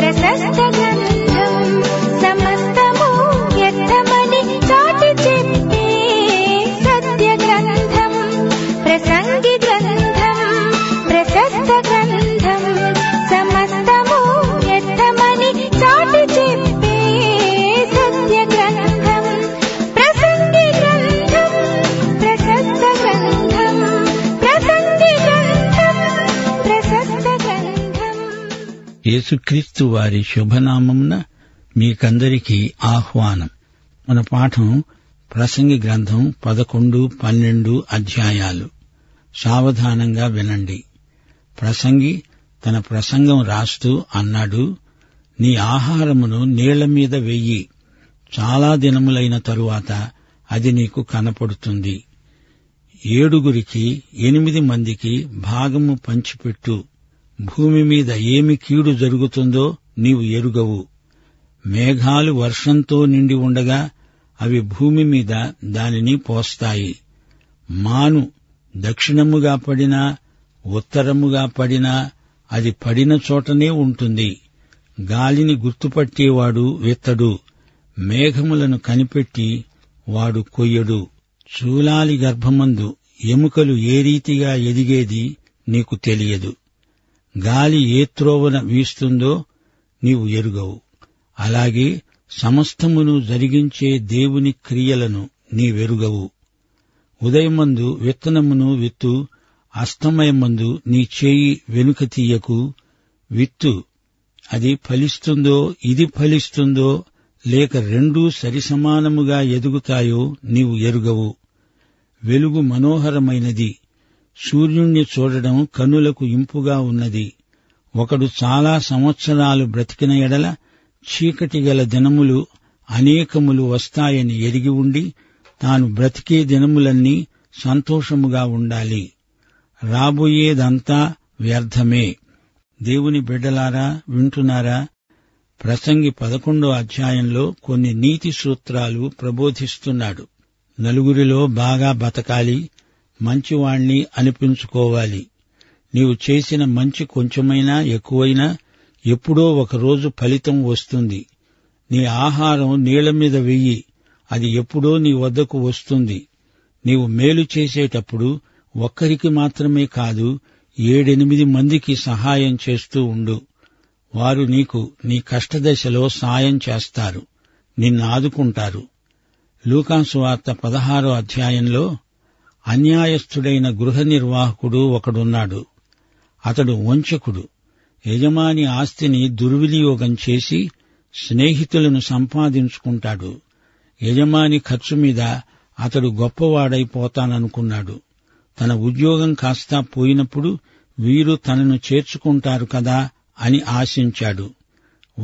ప్రశస్త గ్రంథం సమస్తము వ్యర్థమని చాటి చెప్పే సత్య గ్రంథం ప్రసంగి గ్రంథం ప్రశస్త గ్రంథం సమస్తము వ్యర్థమని చాటి చెప్పే సత్య గ్రంథం ప్రసంగి గ్రంథం ప్రశస్త గ్రంథం ప్రసంగి గ్రంథం ప్రశస్త గ్రంథం యేసుక్రీస్తు వారి శుభనామమున మీకందరికీ ఆహ్వానం మన పాఠం ప్రసంగి గ్రంథం పదకొండు పన్నెండు అధ్యాయాలు సావధానంగా వినండి ప్రసంగి తన ప్రసంగం రాస్తూ అన్నాడు నీ ఆహారమును నీళ్ల మీద వెయ్యి చాలా దినములైన తరువాత అది నీకు కనపడుతుంది ఏడుగురికి ఎనిమిది మందికి భాగము పంచిపెట్టు భూమి మీద ఏమి కీడు జరుగుతుందో నీవు ఎరుగవు మేఘాలు వర్షంతో నిండి ఉండగా అవి భూమి మీద దానిని పోస్తాయి మాను దక్షిణముగా పడినా ఉత్తరముగా పడినా అది పడిన చోటనే ఉంటుంది గాలిని గుర్తుపట్టేవాడు విత్తడు మేఘములను కనిపెట్టి వాడు కొయ్యడు చూలాలి గర్భమందు ఎముకలు ఏ రీతిగా ఎదిగేది నీకు తెలియదు గాలి ఏ త్రోవన వీస్తుందో నీవు ఎరుగవు అలాగే సమస్తమును జరిగించే దేవుని క్రియలను నీవెరుగవు ఉదయమందు విత్తనమును విత్తు అస్తమయమందు నీ చేయి వెనుక తీయకు విత్తు అది ఫలిస్తుందో ఇది ఫలిస్తుందో లేక రెండూ సరిసమానముగా ఎదుగుతాయో నీవు ఎరుగవు వెలుగు మనోహరమైనది సూర్యుణ్ణి చూడడం కనులకు ఇంపుగా ఉన్నది ఒకడు చాలా సంవత్సరాలు బ్రతికిన ఎడల చీకటి గల దినములు అనేకములు వస్తాయని ఎరిగి ఉండి తాను బ్రతికే దినములన్నీ సంతోషముగా ఉండాలి రాబోయేదంతా వ్యర్థమే దేవుని బిడ్డలారా వింటున్నారా ప్రసంగి పదకొండో అధ్యాయంలో కొన్ని నీతి సూత్రాలు ప్రబోధిస్తున్నాడు నలుగురిలో బాగా బతకాలి మంచివాణ్ణి అనిపించుకోవాలి నీవు చేసిన మంచి కొంచెమైనా ఎక్కువైనా ఎప్పుడో ఒకరోజు ఫలితం వస్తుంది నీ ఆహారం నీళ్ల మీద వెయ్యి అది ఎప్పుడో నీ వద్దకు వస్తుంది నీవు మేలు చేసేటప్పుడు ఒక్కరికి మాత్రమే కాదు ఏడెనిమిది మందికి సహాయం చేస్తూ ఉండు వారు నీకు నీ కష్టదశలో సాయం చేస్తారు నిన్ను ఆదుకుంటారు లూకాసు వార్త పదహారో అధ్యాయంలో అన్యాయస్థుడైన గృహ నిర్వాహకుడు ఒకడున్నాడు అతడు వంచకుడు యజమాని ఆస్తిని దుర్వినియోగం చేసి స్నేహితులను సంపాదించుకుంటాడు యజమాని ఖర్చు మీద అతడు గొప్పవాడైపోతాననుకున్నాడు తన ఉద్యోగం కాస్తా పోయినప్పుడు వీరు తనను చేర్చుకుంటారు కదా అని ఆశించాడు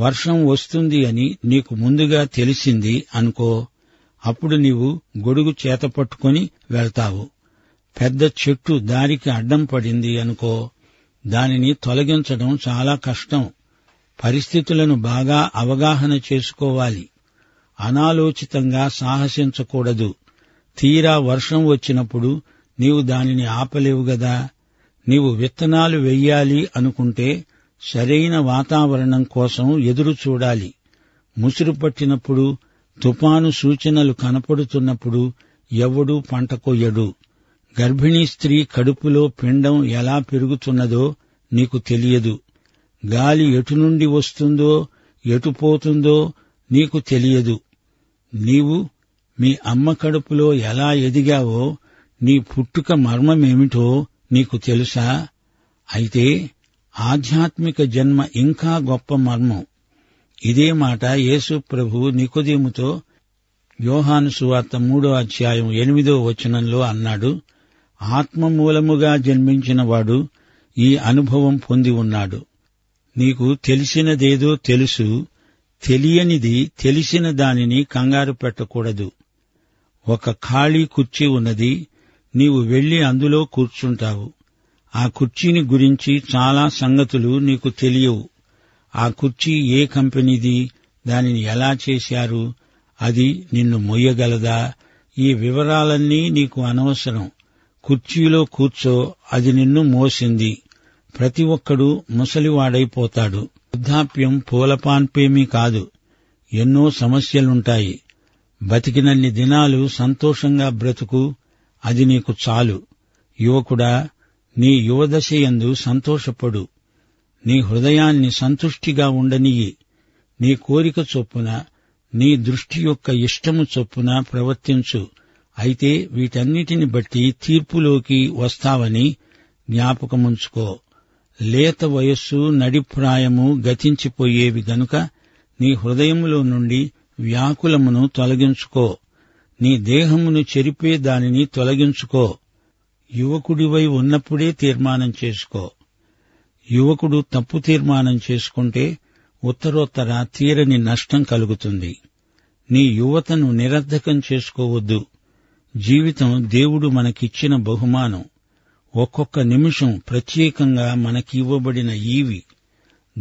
వర్షం వస్తుంది అని నీకు ముందుగా తెలిసింది అనుకో అప్పుడు నీవు గొడుగు చేత పట్టుకొని వెళ్తావు పెద్ద చెట్టు దారికి అడ్డం పడింది అనుకో దానిని తొలగించడం చాలా కష్టం పరిస్థితులను బాగా అవగాహన చేసుకోవాలి అనాలోచితంగా సాహసించకూడదు తీరా వర్షం వచ్చినప్పుడు నీవు దానిని ఆపలేవు గదా నీవు విత్తనాలు వెయ్యాలి అనుకుంటే సరైన వాతావరణం కోసం ఎదురు చూడాలి ముసురు పట్టినప్పుడు తుపాను సూచనలు కనపడుతున్నప్పుడు ఎవడూ పంట కొయ్యడు గర్భిణీ స్త్రీ కడుపులో పిండం ఎలా పెరుగుతున్నదో నీకు తెలియదు గాలి ఎటు నుండి వస్తుందో ఎటు పోతుందో నీకు తెలియదు నీవు మీ అమ్మ కడుపులో ఎలా ఎదిగావో నీ పుట్టుక మర్మమేమిటో నీకు తెలుసా అయితే ఆధ్యాత్మిక జన్మ ఇంకా గొప్ప మర్మం ఇదే మాట యేసు ప్రభు నికోదేముతో యోహాను సువార్త మూడో అధ్యాయం ఎనిమిదో వచనంలో అన్నాడు ఆత్మ మూలముగా జన్మించినవాడు ఈ అనుభవం పొంది ఉన్నాడు నీకు తెలిసినదేదో తెలుసు తెలియనిది తెలిసిన దానిని కంగారు పెట్టకూడదు ఒక ఖాళీ కుర్చీ ఉన్నది నీవు వెళ్లి అందులో కూర్చుంటావు ఆ కుర్చీని గురించి చాలా సంగతులు నీకు తెలియవు ఆ కుర్చీ ఏ కంపెనీది దానిని ఎలా చేశారు అది నిన్ను మొయ్యగలదా ఈ వివరాలన్నీ నీకు అనవసరం కుర్చీలో కూర్చో అది నిన్ను మోసింది ప్రతి ఒక్కడూ ముసలివాడైపోతాడు వృద్ధాప్యం పూలపాన్పేమీ కాదు ఎన్నో సమస్యలుంటాయి బతికినన్ని దినాలు సంతోషంగా బ్రతుకు అది నీకు చాలు యువకుడా నీ యువదశయందు సంతోషపడు నీ హృదయాన్ని సంతుష్టిగా ఉండనియ్యి నీ కోరిక చొప్పున నీ దృష్టి యొక్క ఇష్టము చొప్పున ప్రవర్తించు అయితే వీటన్నిటిని బట్టి తీర్పులోకి వస్తావని జ్ఞాపకముంచుకో లేత వయస్సు నడిప్రాయము గతించిపోయేవి గనుక నీ హృదయములో నుండి వ్యాకులమును తొలగించుకో నీ దేహమును చెరిపే దానిని తొలగించుకో యువకుడివై ఉన్నప్పుడే తీర్మానం చేసుకో యువకుడు తప్పు తీర్మానం చేసుకుంటే ఉత్తరోత్తర తీరని నష్టం కలుగుతుంది నీ యువతను నిరర్ధకం చేసుకోవద్దు జీవితం దేవుడు మనకిచ్చిన బహుమానం ఒక్కొక్క నిమిషం ప్రత్యేకంగా మనకి ఇవ్వబడిన ఈవి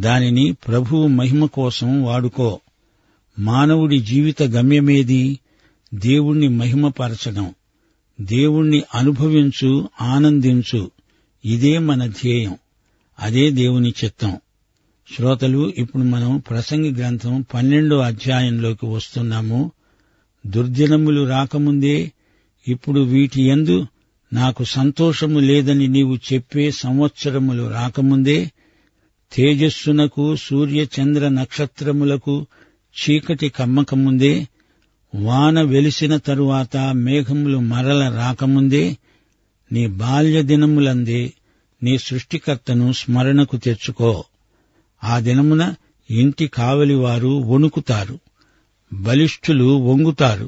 దానిని ప్రభువు మహిమ కోసం వాడుకో మానవుడి జీవిత గమ్యమేది దేవుణ్ణి మహిమపరచడం దేవుణ్ణి అనుభవించు ఆనందించు ఇదే మన ధ్యేయం అదే దేవుని చిత్తం శ్రోతలు ఇప్పుడు మనం ప్రసంగి గ్రంథం పన్నెండో అధ్యాయంలోకి వస్తున్నాము దుర్దినములు రాకముందే ఇప్పుడు వీటి యందు నాకు సంతోషము లేదని నీవు చెప్పే సంవత్సరములు రాకముందే తేజస్సునకు సూర్య చంద్ర నక్షత్రములకు చీకటి కమ్మకముందే వాన వెలిసిన తరువాత మేఘములు మరల రాకముందే నీ బాల్య దినములందే నీ సృష్టికర్తను స్మరణకు తెచ్చుకో ఆ దినమున ఇంటి కావలివారు వణుకుతారు బలిష్ఠులు వంగుతారు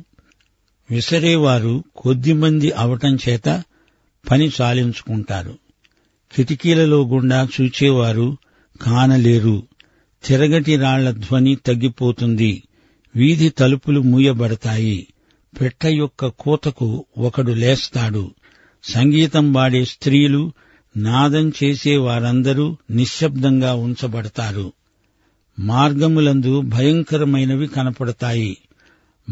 విసరేవారు కొద్దిమంది అవటం చేత పని చాలించుకుంటారు కిటికీలలో గుండా చూచేవారు కానలేరు తిరగటి రాళ్ల ధ్వని తగ్గిపోతుంది వీధి తలుపులు మూయబడతాయి పెట్ట యొక్క కూతకు ఒకడు లేస్తాడు సంగీతం వాడే స్త్రీలు నాదం చేసే వారందరూ నిశ్శబ్దంగా ఉంచబడతారు మార్గములందు భయంకరమైనవి కనపడతాయి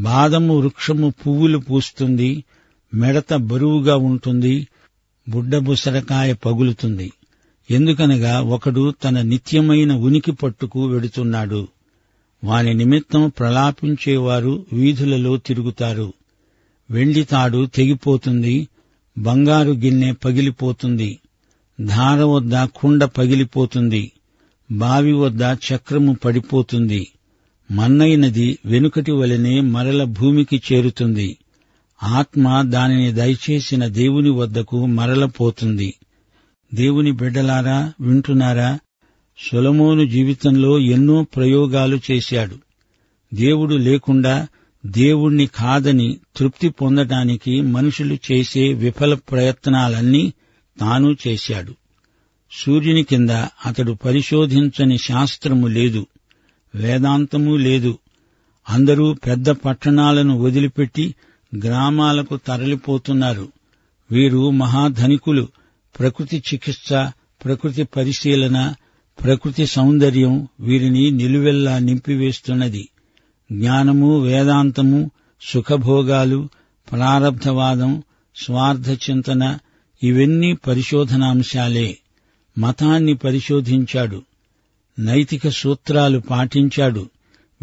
బాదము వృక్షము పువ్వులు పూస్తుంది మెడత బరువుగా ఉంటుంది బుడ్డబుసరకాయ పగులుతుంది ఎందుకనగా ఒకడు తన నిత్యమైన ఉనికి పట్టుకు వెడుతున్నాడు వాని నిమిత్తం ప్రలాపించేవారు వీధులలో తిరుగుతారు వెండి తాడు తెగిపోతుంది బంగారు గిన్నె పగిలిపోతుంది ధార వద్ద కుండ పగిలిపోతుంది బావి వద్ద చక్రము పడిపోతుంది మన్నైనది వెనుకటి వలనే మరల భూమికి చేరుతుంది ఆత్మ దానిని దయచేసిన దేవుని వద్దకు మరలపోతుంది దేవుని బిడ్డలారా వింటున్నారా సొలమోను జీవితంలో ఎన్నో ప్రయోగాలు చేశాడు దేవుడు లేకుండా దేవుణ్ణి కాదని తృప్తి పొందటానికి మనుషులు చేసే విఫల ప్రయత్నాలన్నీ తాను చేశాడు సూర్యుని కింద అతడు పరిశోధించని శాస్త్రము లేదు వేదాంతము లేదు అందరూ పెద్ద పట్టణాలను వదిలిపెట్టి గ్రామాలకు తరలిపోతున్నారు వీరు మహాధనికులు ప్రకృతి చికిత్స ప్రకృతి పరిశీలన ప్రకృతి సౌందర్యం వీరిని నిలువెల్లా నింపివేస్తున్నది జ్ఞానము వేదాంతము సుఖభోగాలు ప్రారబ్ధవాదం స్వార్థ చింతన ఇవన్నీ పరిశోధనాంశాలే మతాన్ని పరిశోధించాడు నైతిక సూత్రాలు పాటించాడు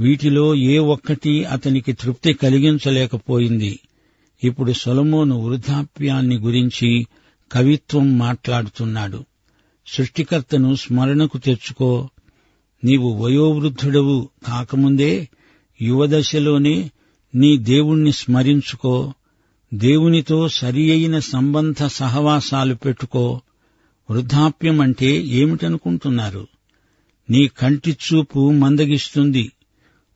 వీటిలో ఏ ఒక్కటి అతనికి తృప్తి కలిగించలేకపోయింది ఇప్పుడు సొలమోను వృద్ధాప్యాన్ని గురించి కవిత్వం మాట్లాడుతున్నాడు సృష్టికర్తను స్మరణకు తెచ్చుకో నీవు వయోవృద్ధుడవు కాకముందే యువదశలోనే నీ దేవుణ్ణి స్మరించుకో దేవునితో సరి అయిన సంబంధ సహవాసాలు పెట్టుకో వృద్ధాప్యం అంటే ఏమిటనుకుంటున్నారు నీ కంటి చూపు మందగిస్తుంది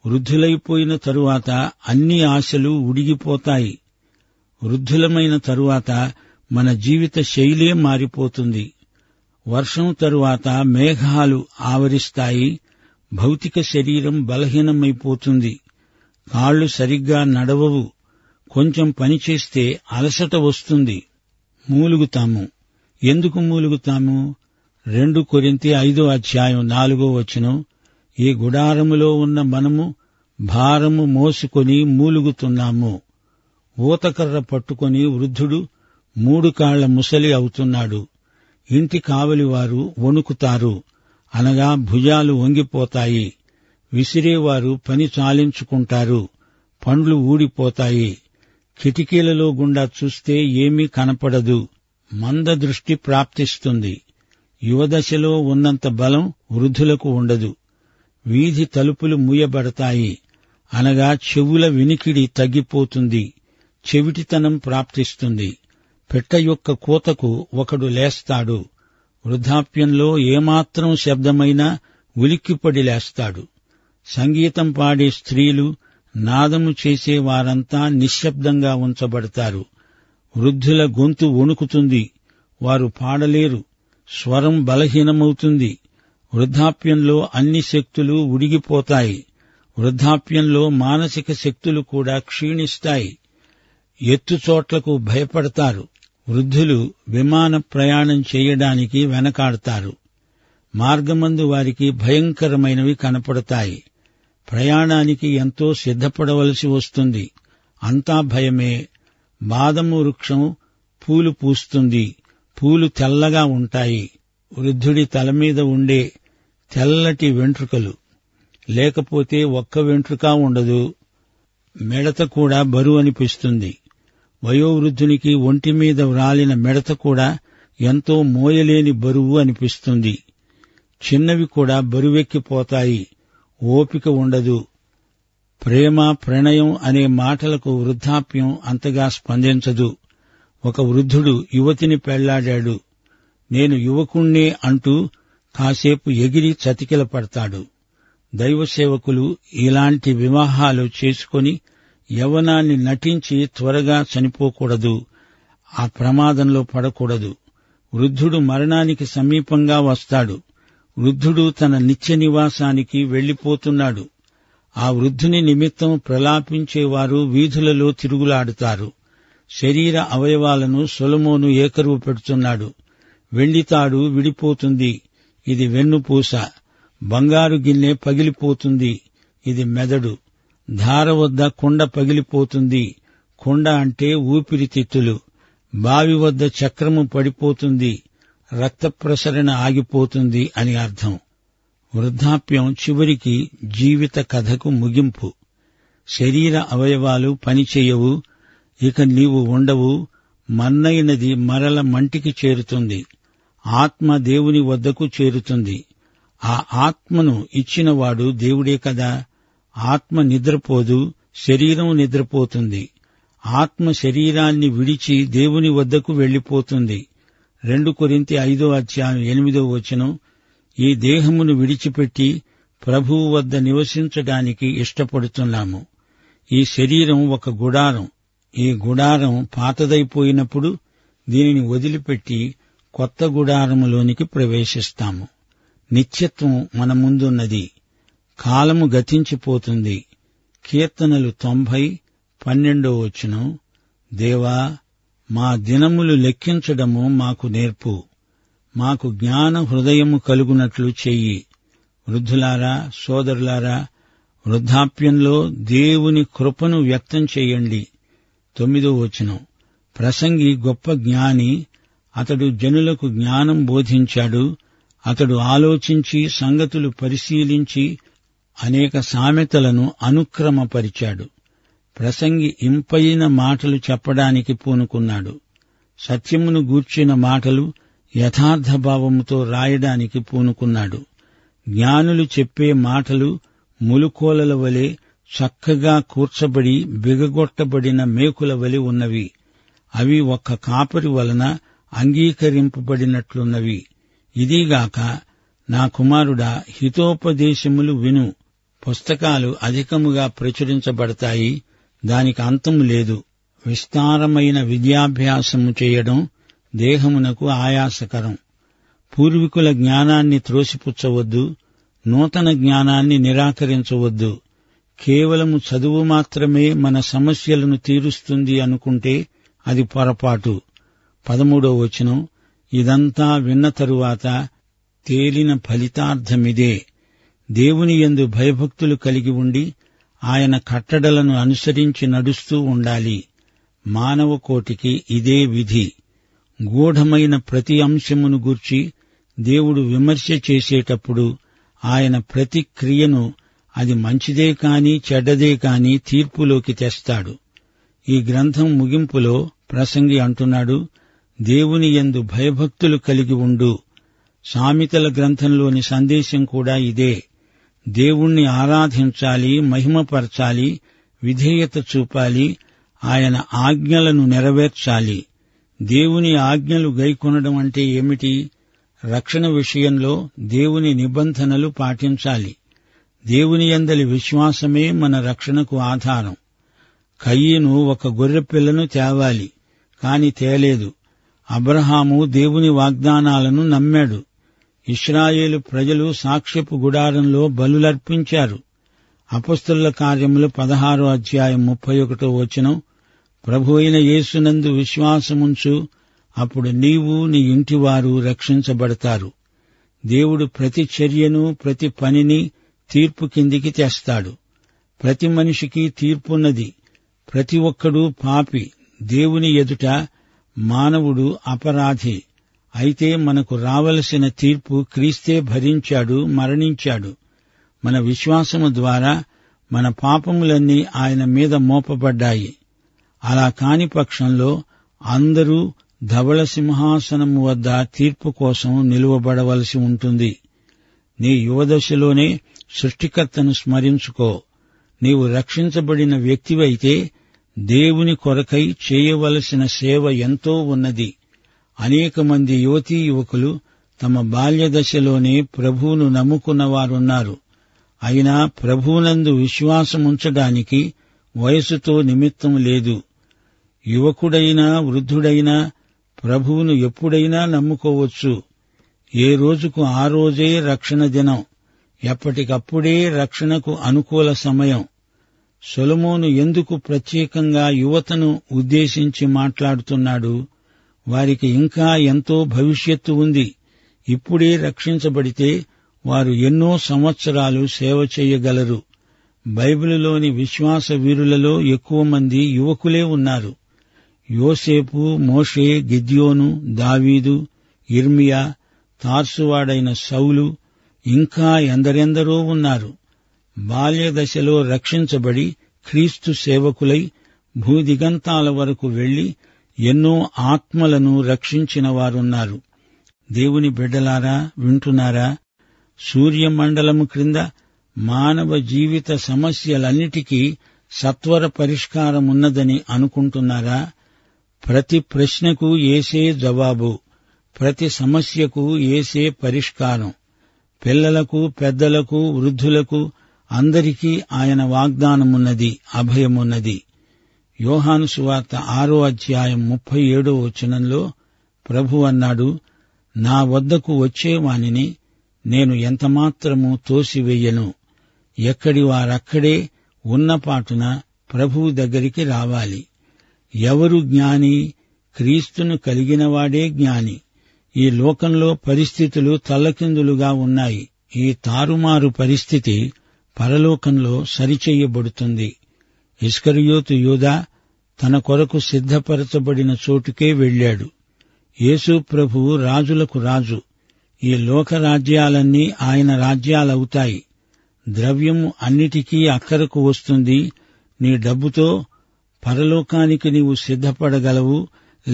వృద్ధులైపోయిన తరువాత అన్ని ఆశలు ఉడిగిపోతాయి వృద్ధులమైన తరువాత మన జీవిత శైలే మారిపోతుంది వర్షం తరువాత మేఘాలు ఆవరిస్తాయి భౌతిక శరీరం బలహీనమైపోతుంది కాళ్లు సరిగ్గా నడవవు కొంచెం పని చేస్తే అలసట వస్తుంది మూలుగుతాము ఎందుకు మూలుగుతాము రెండు కొరింతి ఐదో అధ్యాయం నాలుగో వచనం ఈ గుడారములో ఉన్న మనము భారము మోసుకొని మూలుగుతున్నాము ఊతకర్ర పట్టుకొని వృద్ధుడు మూడు కాళ్ల ముసలి అవుతున్నాడు ఇంటి కావలివారు వణుకుతారు అనగా భుజాలు వంగిపోతాయి విసిరేవారు పని చాలించుకుంటారు పండ్లు ఊడిపోతాయి కిటికీలలో గుండా చూస్తే ఏమీ కనపడదు మందదృష్టి ప్రాప్తిస్తుంది యువదశలో ఉన్నంత బలం వృద్ధులకు ఉండదు వీధి తలుపులు మూయబడతాయి అనగా చెవుల వినికిడి తగ్గిపోతుంది చెవిటితనం ప్రాప్తిస్తుంది పెట్ట యొక్క కోతకు ఒకడు లేస్తాడు వృద్ధాప్యంలో ఏమాత్రం శబ్దమైనా ఉలిక్కిపడి లేస్తాడు సంగీతం పాడే స్త్రీలు నాదము చేసే వారంతా నిశ్శబ్దంగా ఉంచబడతారు వృద్ధుల గొంతు వణుకుతుంది వారు పాడలేరు స్వరం బలహీనమవుతుంది వృద్ధాప్యంలో అన్ని శక్తులు ఉడిగిపోతాయి వృద్ధాప్యంలో మానసిక శక్తులు కూడా క్షీణిస్తాయి ఎత్తుచోట్లకు భయపడతారు వృద్ధులు విమాన ప్రయాణం చేయడానికి వెనకాడతారు మార్గమందు వారికి భయంకరమైనవి కనపడతాయి ప్రయాణానికి ఎంతో సిద్ధపడవలసి వస్తుంది అంతా భయమే బాదము వృక్షం పూలు పూస్తుంది పూలు తెల్లగా ఉంటాయి వృద్ధుడి తల మీద ఉండే తెల్లటి వెంట్రుకలు లేకపోతే ఒక్క వెంట్రుక ఉండదు మిడత కూడా బరువు అనిపిస్తుంది వయోవృద్ధునికి ఒంటి మీద వ్రాలిన మిడత కూడా ఎంతో మోయలేని బరువు అనిపిస్తుంది చిన్నవి కూడా బరువెక్కిపోతాయి ఓపిక ఉండదు ప్రేమ ప్రణయం అనే మాటలకు వృద్ధాప్యం అంతగా స్పందించదు ఒక వృద్ధుడు యువతిని పెళ్లాడాడు నేను యువకుణ్ణే అంటూ కాసేపు ఎగిరి చతికిల పడతాడు దైవ సేవకులు ఇలాంటి వివాహాలు చేసుకొని యవనాన్ని నటించి త్వరగా చనిపోకూడదు ఆ ప్రమాదంలో పడకూడదు వృద్ధుడు మరణానికి సమీపంగా వస్తాడు వృద్ధుడు తన నిత్య నివాసానికి వెళ్లిపోతున్నాడు ఆ వృద్ధుని నిమిత్తం ప్రలాపించేవారు వీధులలో తిరుగులాడుతారు శరీర అవయవాలను సొలమోను ఏకరువు పెడుతున్నాడు వెండితాడు విడిపోతుంది ఇది వెన్నుపూస బంగారు గిన్నె పగిలిపోతుంది ఇది మెదడు ధార వద్ద కుండ పగిలిపోతుంది కుండ అంటే ఊపిరితిత్తులు బావి వద్ద చక్రము పడిపోతుంది రక్త ప్రసరణ ఆగిపోతుంది అని అర్థం వృద్ధాప్యం చివరికి జీవిత కథకు ముగింపు శరీర అవయవాలు పనిచేయవు ఇక నీవు ఉండవు మన్నైనది మరల మంటికి చేరుతుంది ఆత్మ దేవుని వద్దకు చేరుతుంది ఆ ఆత్మను ఇచ్చినవాడు దేవుడే కదా ఆత్మ నిద్రపోదు శరీరం నిద్రపోతుంది ఆత్మ శరీరాన్ని విడిచి దేవుని వద్దకు వెళ్ళిపోతుంది రెండు కొరింతి ఐదో అధ్యాయం ఎనిమిదో వచనం ఈ దేహమును విడిచిపెట్టి ప్రభువు వద్ద నివసించడానికి ఇష్టపడుతున్నాము ఈ శరీరం ఒక గుడారం ఈ గుడారం పాతదైపోయినప్పుడు దీనిని వదిలిపెట్టి కొత్త గుడారములోనికి ప్రవేశిస్తాము నిత్యత్వం మన ముందున్నది కాలము గతించిపోతుంది కీర్తనలు తొంభై పన్నెండో వచనం దేవా మా దినములు లెక్కించడము మాకు నేర్పు మాకు జ్ఞాన హృదయము కలుగునట్లు చెయ్యి వృద్ధులారా సోదరులారా వృద్ధాప్యంలో దేవుని కృపను వ్యక్తం చేయండి తొమ్మిదో వచనం ప్రసంగి గొప్ప జ్ఞాని అతడు జనులకు జ్ఞానం బోధించాడు అతడు ఆలోచించి సంగతులు పరిశీలించి అనేక సామెతలను అనుక్రమపరిచాడు ప్రసంగి ఇంపైన మాటలు చెప్పడానికి పూనుకున్నాడు సత్యమును గూర్చిన మాటలు యథార్థ భావముతో రాయడానికి పూనుకున్నాడు జ్ఞానులు చెప్పే మాటలు ములుకోలల వలె చక్కగా కూర్చబడి బిగగొట్టబడిన మేకుల వలె ఉన్నవి అవి ఒక్క కాపరి వలన అంగీకరింపబడినట్లున్నవి ఇదిగాక నా కుమారుడా హితోపదేశములు విను పుస్తకాలు అధికముగా ప్రచురించబడతాయి దానికి అంతము లేదు విస్తారమైన విద్యాభ్యాసము చేయడం దేహమునకు ఆయాసకరం పూర్వీకుల జ్ఞానాన్ని త్రోసిపుచ్చవద్దు నూతన జ్ఞానాన్ని నిరాకరించవద్దు కేవలము చదువు మాత్రమే మన సమస్యలను తీరుస్తుంది అనుకుంటే అది పొరపాటు పదమూడో వచనం ఇదంతా విన్న తరువాత తేలిన ఫలితార్థమిదే దేవుని యందు భయభక్తులు కలిగి ఉండి ఆయన కట్టడలను అనుసరించి నడుస్తూ ఉండాలి మానవ కోటికి ఇదే విధి గూఢమైన ప్రతి అంశమును గూర్చి దేవుడు విమర్శ చేసేటప్పుడు ఆయన ప్రతి క్రియను అది మంచిదే కాని చెడ్డదే కాని తీర్పులోకి తెస్తాడు ఈ గ్రంథం ముగింపులో ప్రసంగి అంటున్నాడు దేవుని యందు భయభక్తులు కలిగి ఉండు సామెతల గ్రంథంలోని సందేశం కూడా ఇదే దేవుణ్ణి ఆరాధించాలి మహిమపరచాలి విధేయత చూపాలి ఆయన ఆజ్ఞలను నెరవేర్చాలి దేవుని ఆజ్ఞలు గైకొనడం అంటే ఏమిటి రక్షణ విషయంలో దేవుని నిబంధనలు పాటించాలి దేవుని యందలి విశ్వాసమే మన రక్షణకు ఆధారం కయ్యను ఒక గొర్రెపిల్లను తేవాలి కాని తేలేదు అబ్రహాము దేవుని వాగ్దానాలను నమ్మాడు ఇస్రాయేలు ప్రజలు సాక్ష్యపు గుడారంలో బలులర్పించారు అపస్తుల కార్యములు పదహారో అధ్యాయం ముప్పై ఒకటో వచనం ప్రభు అయిన యేసునందు విశ్వాసముంచు అప్పుడు నీవు నీ ఇంటివారు రక్షించబడతారు దేవుడు ప్రతి చర్యను ప్రతి పనిని తీర్పు కిందికి తెస్తాడు ప్రతి మనిషికి తీర్పున్నది ప్రతి ఒక్కడూ పాపి దేవుని ఎదుట మానవుడు అపరాధి అయితే మనకు రావలసిన తీర్పు క్రీస్తే భరించాడు మరణించాడు మన విశ్వాసము ద్వారా మన పాపములన్నీ ఆయన మీద మోపబడ్డాయి అలా కాని పక్షంలో అందరూ ధవళ సింహాసనము వద్ద తీర్పు కోసం నిలువబడవలసి ఉంటుంది నీ యువదశలోనే సృష్టికర్తను స్మరించుకో నీవు రక్షించబడిన వ్యక్తివైతే దేవుని కొరకై చేయవలసిన సేవ ఎంతో ఉన్నది అనేక మంది యువతీ యువకులు తమ బాల్య దశలోనే ప్రభువును నమ్ముకున్నవారున్నారు అయినా ప్రభువునందు విశ్వాసముంచడానికి వయసుతో నిమిత్తం లేదు యువకుడైనా వృద్ధుడైనా ప్రభువును ఎప్పుడైనా నమ్ముకోవచ్చు ఏ రోజుకు ఆ రోజే రక్షణ దినం ఎప్పటికప్పుడే రక్షణకు అనుకూల సమయం సొలమోను ఎందుకు ప్రత్యేకంగా యువతను ఉద్దేశించి మాట్లాడుతున్నాడు వారికి ఇంకా ఎంతో భవిష్యత్తు ఉంది ఇప్పుడే రక్షించబడితే వారు ఎన్నో సంవత్సరాలు సేవ చేయగలరు బైబిలులోని విశ్వాస వీరులలో ఎక్కువ మంది యువకులే ఉన్నారు యోసేపు మోషే గిద్యోను దావీదు ఇర్మియా తార్సువాడైన సౌలు ఇంకా ఎందరెందరో ఉన్నారు బాల్యదశలో రక్షించబడి క్రీస్తు సేవకులై భూదిగంతాల వరకు వెళ్లి ఎన్నో ఆత్మలను రక్షించిన వారున్నారు దేవుని బిడ్డలారా వింటున్నారా సూర్యమండలము క్రింద మానవ జీవిత సమస్యలన్నిటికీ సత్వర పరిష్కారమున్నదని అనుకుంటున్నారా ప్రతి ప్రశ్నకు ఏసే జవాబు ప్రతి సమస్యకు ఏసే పరిష్కారం పిల్లలకు పెద్దలకు వృద్ధులకు అందరికీ ఆయన వాగ్దానమున్నది అభయమున్నది యోహాను సువార్త ఆరో అధ్యాయం ముప్పై ఏడో వచనంలో ప్రభు అన్నాడు నా వద్దకు వచ్చేవానిని నేను ఎంతమాత్రము తోసివేయను ఎక్కడి వారక్కడే ఉన్నపాటున ప్రభువు దగ్గరికి రావాలి ఎవరు జ్ఞాని క్రీస్తును కలిగినవాడే జ్ఞాని ఈ లోకంలో పరిస్థితులు తల్లకిందులుగా ఉన్నాయి ఈ తారుమారు పరిస్థితి పరలోకంలో సరిచేయబడుతుంది ఇస్కరియోతు యూదా తన కొరకు సిద్ధపరచబడిన చోటుకే వెళ్ళాడు యేసు ప్రభువు రాజులకు రాజు ఈ లోక రాజ్యాలన్నీ ఆయన రాజ్యాలవుతాయి ద్రవ్యము అన్నిటికీ అక్కరకు వస్తుంది నీ డబ్బుతో పరలోకానికి నీవు సిద్ధపడగలవు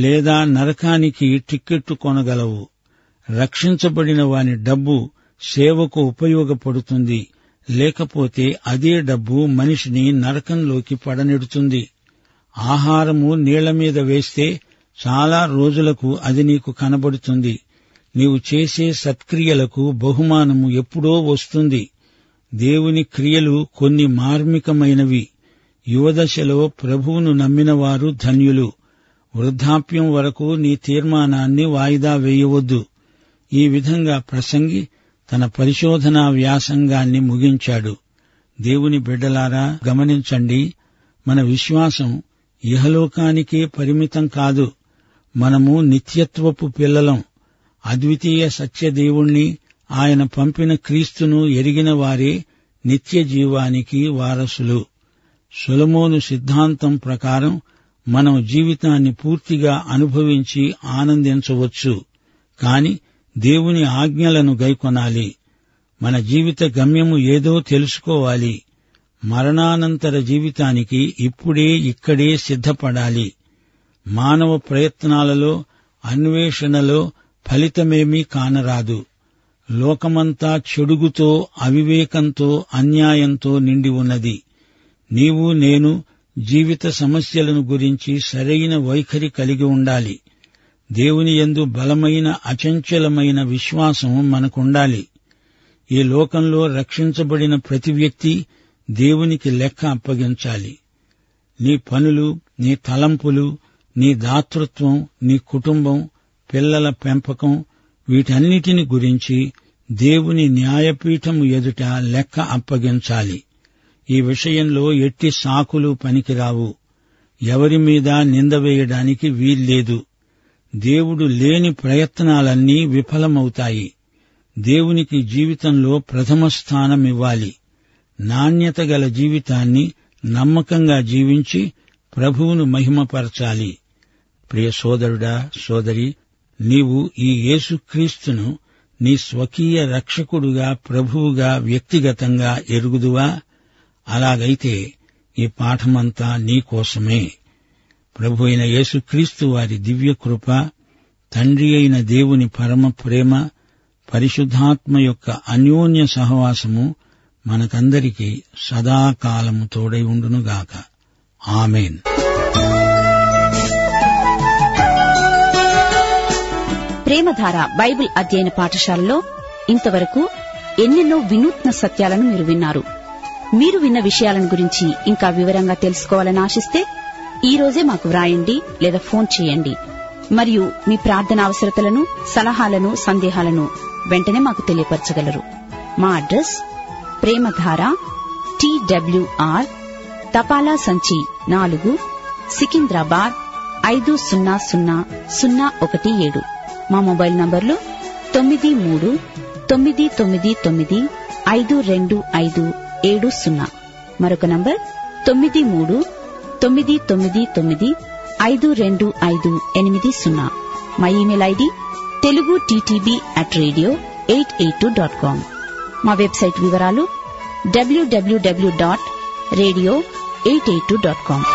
లేదా నరకానికి టిక్కెట్టు కొనగలవు రక్షించబడిన వాని డబ్బు సేవకు ఉపయోగపడుతుంది లేకపోతే అదే డబ్బు మనిషిని నరకంలోకి పడనెడుతుంది ఆహారము నీళ్ల మీద వేస్తే చాలా రోజులకు అది నీకు కనబడుతుంది నీవు చేసే సత్క్రియలకు బహుమానము ఎప్పుడో వస్తుంది దేవుని క్రియలు కొన్ని మార్మికమైనవి యువదశలో ప్రభువును నమ్మినవారు ధన్యులు వృద్ధాప్యం వరకు నీ తీర్మానాన్ని వాయిదా వేయవద్దు ఈ విధంగా ప్రసంగి తన పరిశోధనా వ్యాసంగాన్ని ముగించాడు దేవుని బిడ్డలారా గమనించండి మన విశ్వాసం ఇహలోకానికే పరిమితం కాదు మనము నిత్యత్వపు పిల్లలం అద్వితీయ సత్యదేవుణ్ణి ఆయన పంపిన క్రీస్తును ఎరిగిన వారే నిత్య జీవానికి వారసులు సొలమోను సిద్ధాంతం ప్రకారం మనం జీవితాన్ని పూర్తిగా అనుభవించి ఆనందించవచ్చు కాని దేవుని ఆజ్ఞలను గైకొనాలి మన జీవిత గమ్యము ఏదో తెలుసుకోవాలి మరణానంతర జీవితానికి ఇప్పుడే ఇక్కడే సిద్ధపడాలి మానవ ప్రయత్నాలలో అన్వేషణలో ఫలితమేమీ కానరాదు లోకమంతా చెడుగుతో అవివేకంతో అన్యాయంతో నిండి ఉన్నది నీవు నేను జీవిత సమస్యలను గురించి సరైన వైఖరి కలిగి ఉండాలి దేవుని యందు బలమైన అచంచలమైన విశ్వాసం మనకుండాలి ఈ లోకంలో రక్షించబడిన ప్రతి వ్యక్తి దేవునికి లెక్క అప్పగించాలి నీ పనులు నీ తలంపులు నీ దాతృత్వం నీ కుటుంబం పిల్లల పెంపకం వీటన్నిటిని గురించి దేవుని న్యాయపీఠము ఎదుట లెక్క అప్పగించాలి ఈ విషయంలో ఎట్టి సాకులు పనికిరావు ఎవరి మీద నింద వేయడానికి వీల్లేదు దేవుడు లేని ప్రయత్నాలన్నీ విఫలమవుతాయి దేవునికి జీవితంలో ప్రథమ స్థానమివ్వాలి నాణ్యత గల జీవితాన్ని నమ్మకంగా జీవించి ప్రభువును మహిమపరచాలి ప్రియ సోదరుడా సోదరి నీవు ఈ యేసుక్రీస్తును నీ స్వకీయ రక్షకుడుగా ప్రభువుగా వ్యక్తిగతంగా ఎరుగుదువా అలాగైతే ఈ పాఠమంతా నీకోసమే ప్రభు అయిన యేసుక్రీస్తు వారి దివ్య కృప తండ్రి అయిన దేవుని పరమ ప్రేమ పరిశుద్ధాత్మ యొక్క అన్యోన్య సహవాసము మనకందరికీ సదాకాలము తోడై ఉండునుగాక ఆమెన్ ప్రేమధార బైబిల్ అధ్యయన పాఠశాలలో ఇంతవరకు ఎన్నెన్నో వినూత్న సత్యాలను మీరు విన్నారు మీరు విన్న విషయాలను గురించి ఇంకా వివరంగా తెలుసుకోవాలని ఆశిస్తే ఈ రోజే మాకు వ్రాయండి లేదా ఫోన్ చేయండి మరియు మీ ప్రార్థన అవసరతలను సలహాలను సందేహాలను వెంటనే మాకు తెలియపరచగలరు మా అడ్రస్ ప్రేమధార టీడబ్ల్యూఆర్ తపాలా సంచి నాలుగు సికింద్రాబాద్ ఐదు సున్నా సున్నా సున్నా ఒకటి ఏడు మా మొబైల్ నంబర్లు తొమ్మిది మూడు తొమ్మిది తొమ్మిది తొమ్మిది ఐదు రెండు ఐదు ఏడు సున్నా మరొక నంబర్ తొమ్మిది మూడు తొమ్మిది తొమ్మిది తొమ్మిది ఐదు రెండు ఐదు ఎనిమిది సున్నా మా email ID Telugu TTB at radio eight eight two dot com మా వెబ్సైట్ వివరాలు WWW dot radio eight eight two dot com